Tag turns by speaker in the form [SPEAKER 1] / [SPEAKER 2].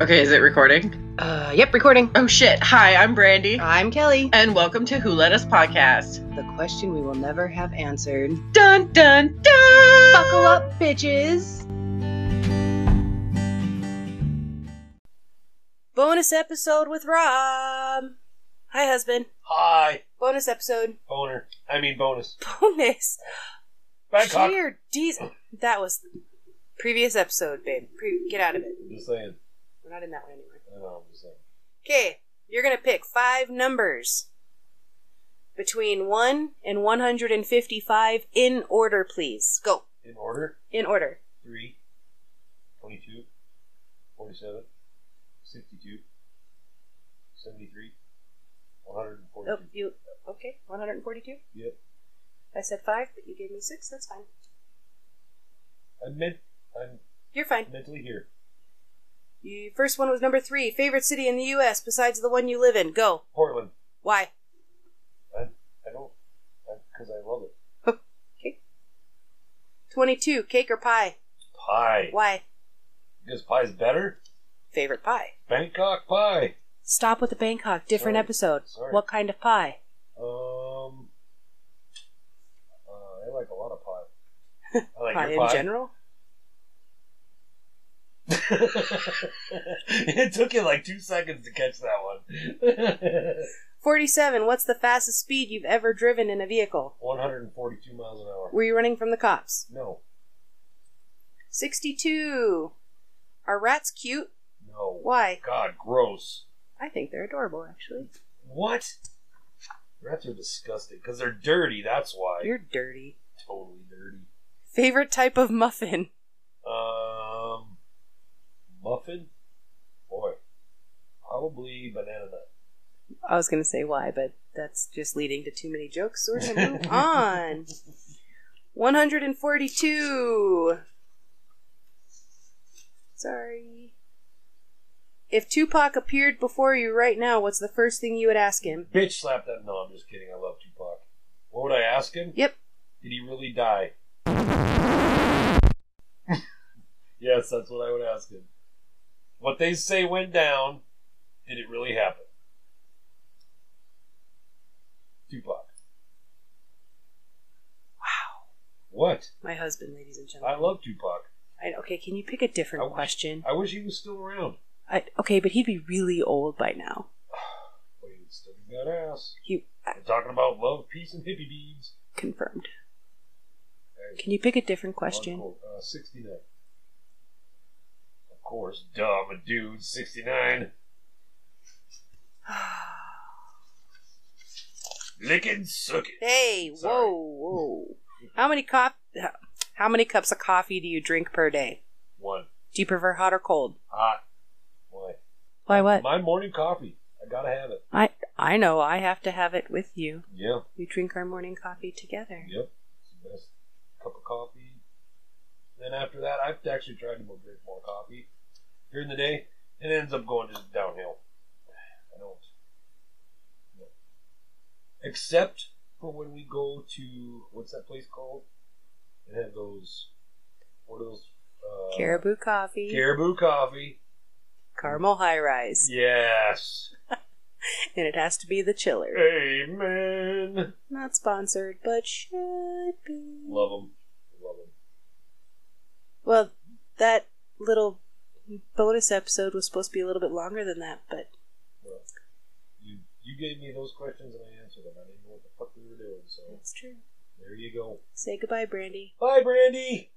[SPEAKER 1] Okay, is it recording?
[SPEAKER 2] Uh, yep, recording.
[SPEAKER 1] Oh shit. Hi, I'm Brandy.
[SPEAKER 2] I'm Kelly.
[SPEAKER 1] And welcome to Who Let Us Podcast.
[SPEAKER 2] The question we will never have answered.
[SPEAKER 1] Dun dun dun!
[SPEAKER 2] Buckle up, bitches! Bonus episode with Rob. Hi, husband.
[SPEAKER 3] Hi,
[SPEAKER 2] Bonus episode.
[SPEAKER 3] boner. I mean bonus.
[SPEAKER 2] Bonus.
[SPEAKER 3] Bangkok.
[SPEAKER 2] Dear Deez- That was previous episode, babe. Pre- get out of it.
[SPEAKER 3] Just saying.
[SPEAKER 2] We're not in that one anymore.
[SPEAKER 3] I know, I'm just saying.
[SPEAKER 2] Okay, you're gonna pick five numbers between one and one hundred and fifty-five in order, please. Go
[SPEAKER 3] In order,
[SPEAKER 2] in order.
[SPEAKER 3] 3, 22, 47, 62, 73, 142.
[SPEAKER 2] Oh, you okay? One hundred and forty-two.
[SPEAKER 3] Yep.
[SPEAKER 2] I said five, but you gave me six. That's fine.
[SPEAKER 3] I'm, men- I'm
[SPEAKER 2] You're fine.
[SPEAKER 3] mentally here.
[SPEAKER 2] You first one was number three. Favorite city in the U.S. besides the one you live in. Go.
[SPEAKER 3] Portland.
[SPEAKER 2] Why?
[SPEAKER 3] I don't, because I love it.
[SPEAKER 2] Twenty-two. Cake or pie?
[SPEAKER 3] Pie.
[SPEAKER 2] Why?
[SPEAKER 3] Because pie's better?
[SPEAKER 2] Favorite pie.
[SPEAKER 3] Bangkok pie.
[SPEAKER 2] Stop with the Bangkok. Different
[SPEAKER 3] Sorry.
[SPEAKER 2] episode.
[SPEAKER 3] Sorry.
[SPEAKER 2] What kind of pie?
[SPEAKER 3] Um, uh, I like a lot of pie. I like
[SPEAKER 2] pie
[SPEAKER 3] your
[SPEAKER 2] in
[SPEAKER 3] pie.
[SPEAKER 2] general.
[SPEAKER 3] it took you like two seconds to catch that one.
[SPEAKER 2] 47. What's the fastest speed you've ever driven in a vehicle?
[SPEAKER 3] 142 miles an hour.
[SPEAKER 2] Were you running from the cops?
[SPEAKER 3] No,
[SPEAKER 2] 62. Are rats cute?
[SPEAKER 3] no.
[SPEAKER 2] Why?
[SPEAKER 3] God, gross.
[SPEAKER 2] I think they're adorable, actually.
[SPEAKER 3] What? Rats are disgusting because they're dirty. That's why.
[SPEAKER 2] You're dirty.
[SPEAKER 3] totally dirty.
[SPEAKER 2] Favorite type of muffin?
[SPEAKER 3] Um, muffin. Boy, probably banana nut.
[SPEAKER 2] I was going to say why, but that's just leading to too many jokes, so we're going to move on. 142. Sorry. If Tupac appeared before you right now, what's the first thing you would ask him?
[SPEAKER 3] Bitch, slap that. No, I'm just kidding. I love Tupac. What would I ask him?
[SPEAKER 2] Yep.
[SPEAKER 3] Did he really die? yes, that's what I would ask him. What they say went down, did it really happen? Tupac.
[SPEAKER 2] Wow.
[SPEAKER 3] What?
[SPEAKER 2] My husband, ladies and
[SPEAKER 3] I
[SPEAKER 2] gentlemen.
[SPEAKER 3] love Tupac.
[SPEAKER 2] I, okay, can you pick a different
[SPEAKER 3] I wish-
[SPEAKER 2] question?
[SPEAKER 3] I wish he was still around.
[SPEAKER 2] I, okay, but he'd be really old by now.
[SPEAKER 3] But he still got ass.
[SPEAKER 2] He I,
[SPEAKER 3] We're talking about love, peace, and hippie beads.
[SPEAKER 2] confirmed.
[SPEAKER 3] Hey,
[SPEAKER 2] Can you pick a different question?
[SPEAKER 3] hardcore. Uh, 69. Of course, dumb a dude, 69. Lickin' suck it.
[SPEAKER 2] Hey,
[SPEAKER 3] Sorry.
[SPEAKER 2] whoa, whoa! How many cop? How many cups of coffee do you drink per day?
[SPEAKER 3] One.
[SPEAKER 2] Do you prefer hot or cold?
[SPEAKER 3] Hot. Why?
[SPEAKER 2] Why what?
[SPEAKER 3] My morning coffee. I gotta have it.
[SPEAKER 2] I I know I have to have it with you.
[SPEAKER 3] Yeah.
[SPEAKER 2] We drink our morning coffee together.
[SPEAKER 3] Yep. It's the best cup of coffee. Then after that, I've actually tried to go drink more coffee during the day, and it ends up going just downhill. I don't. No. Except for when we go to what's that place called? They have those. What are those? Uh,
[SPEAKER 2] Caribou coffee,
[SPEAKER 3] Caribou coffee.
[SPEAKER 2] caramel high rise,
[SPEAKER 3] Yes.
[SPEAKER 2] and it has to be the chiller.
[SPEAKER 3] Amen.
[SPEAKER 2] Not sponsored, but should be.
[SPEAKER 3] Love them. Love them.
[SPEAKER 2] Well, that little bonus episode was supposed to be a little bit longer than that, but
[SPEAKER 3] Well, you you gave me those questions and I answered them. I didn't know what the fuck we were doing, so
[SPEAKER 2] that's true.
[SPEAKER 3] there you go.
[SPEAKER 2] Say goodbye, Brandy.
[SPEAKER 3] Bye, Brandy.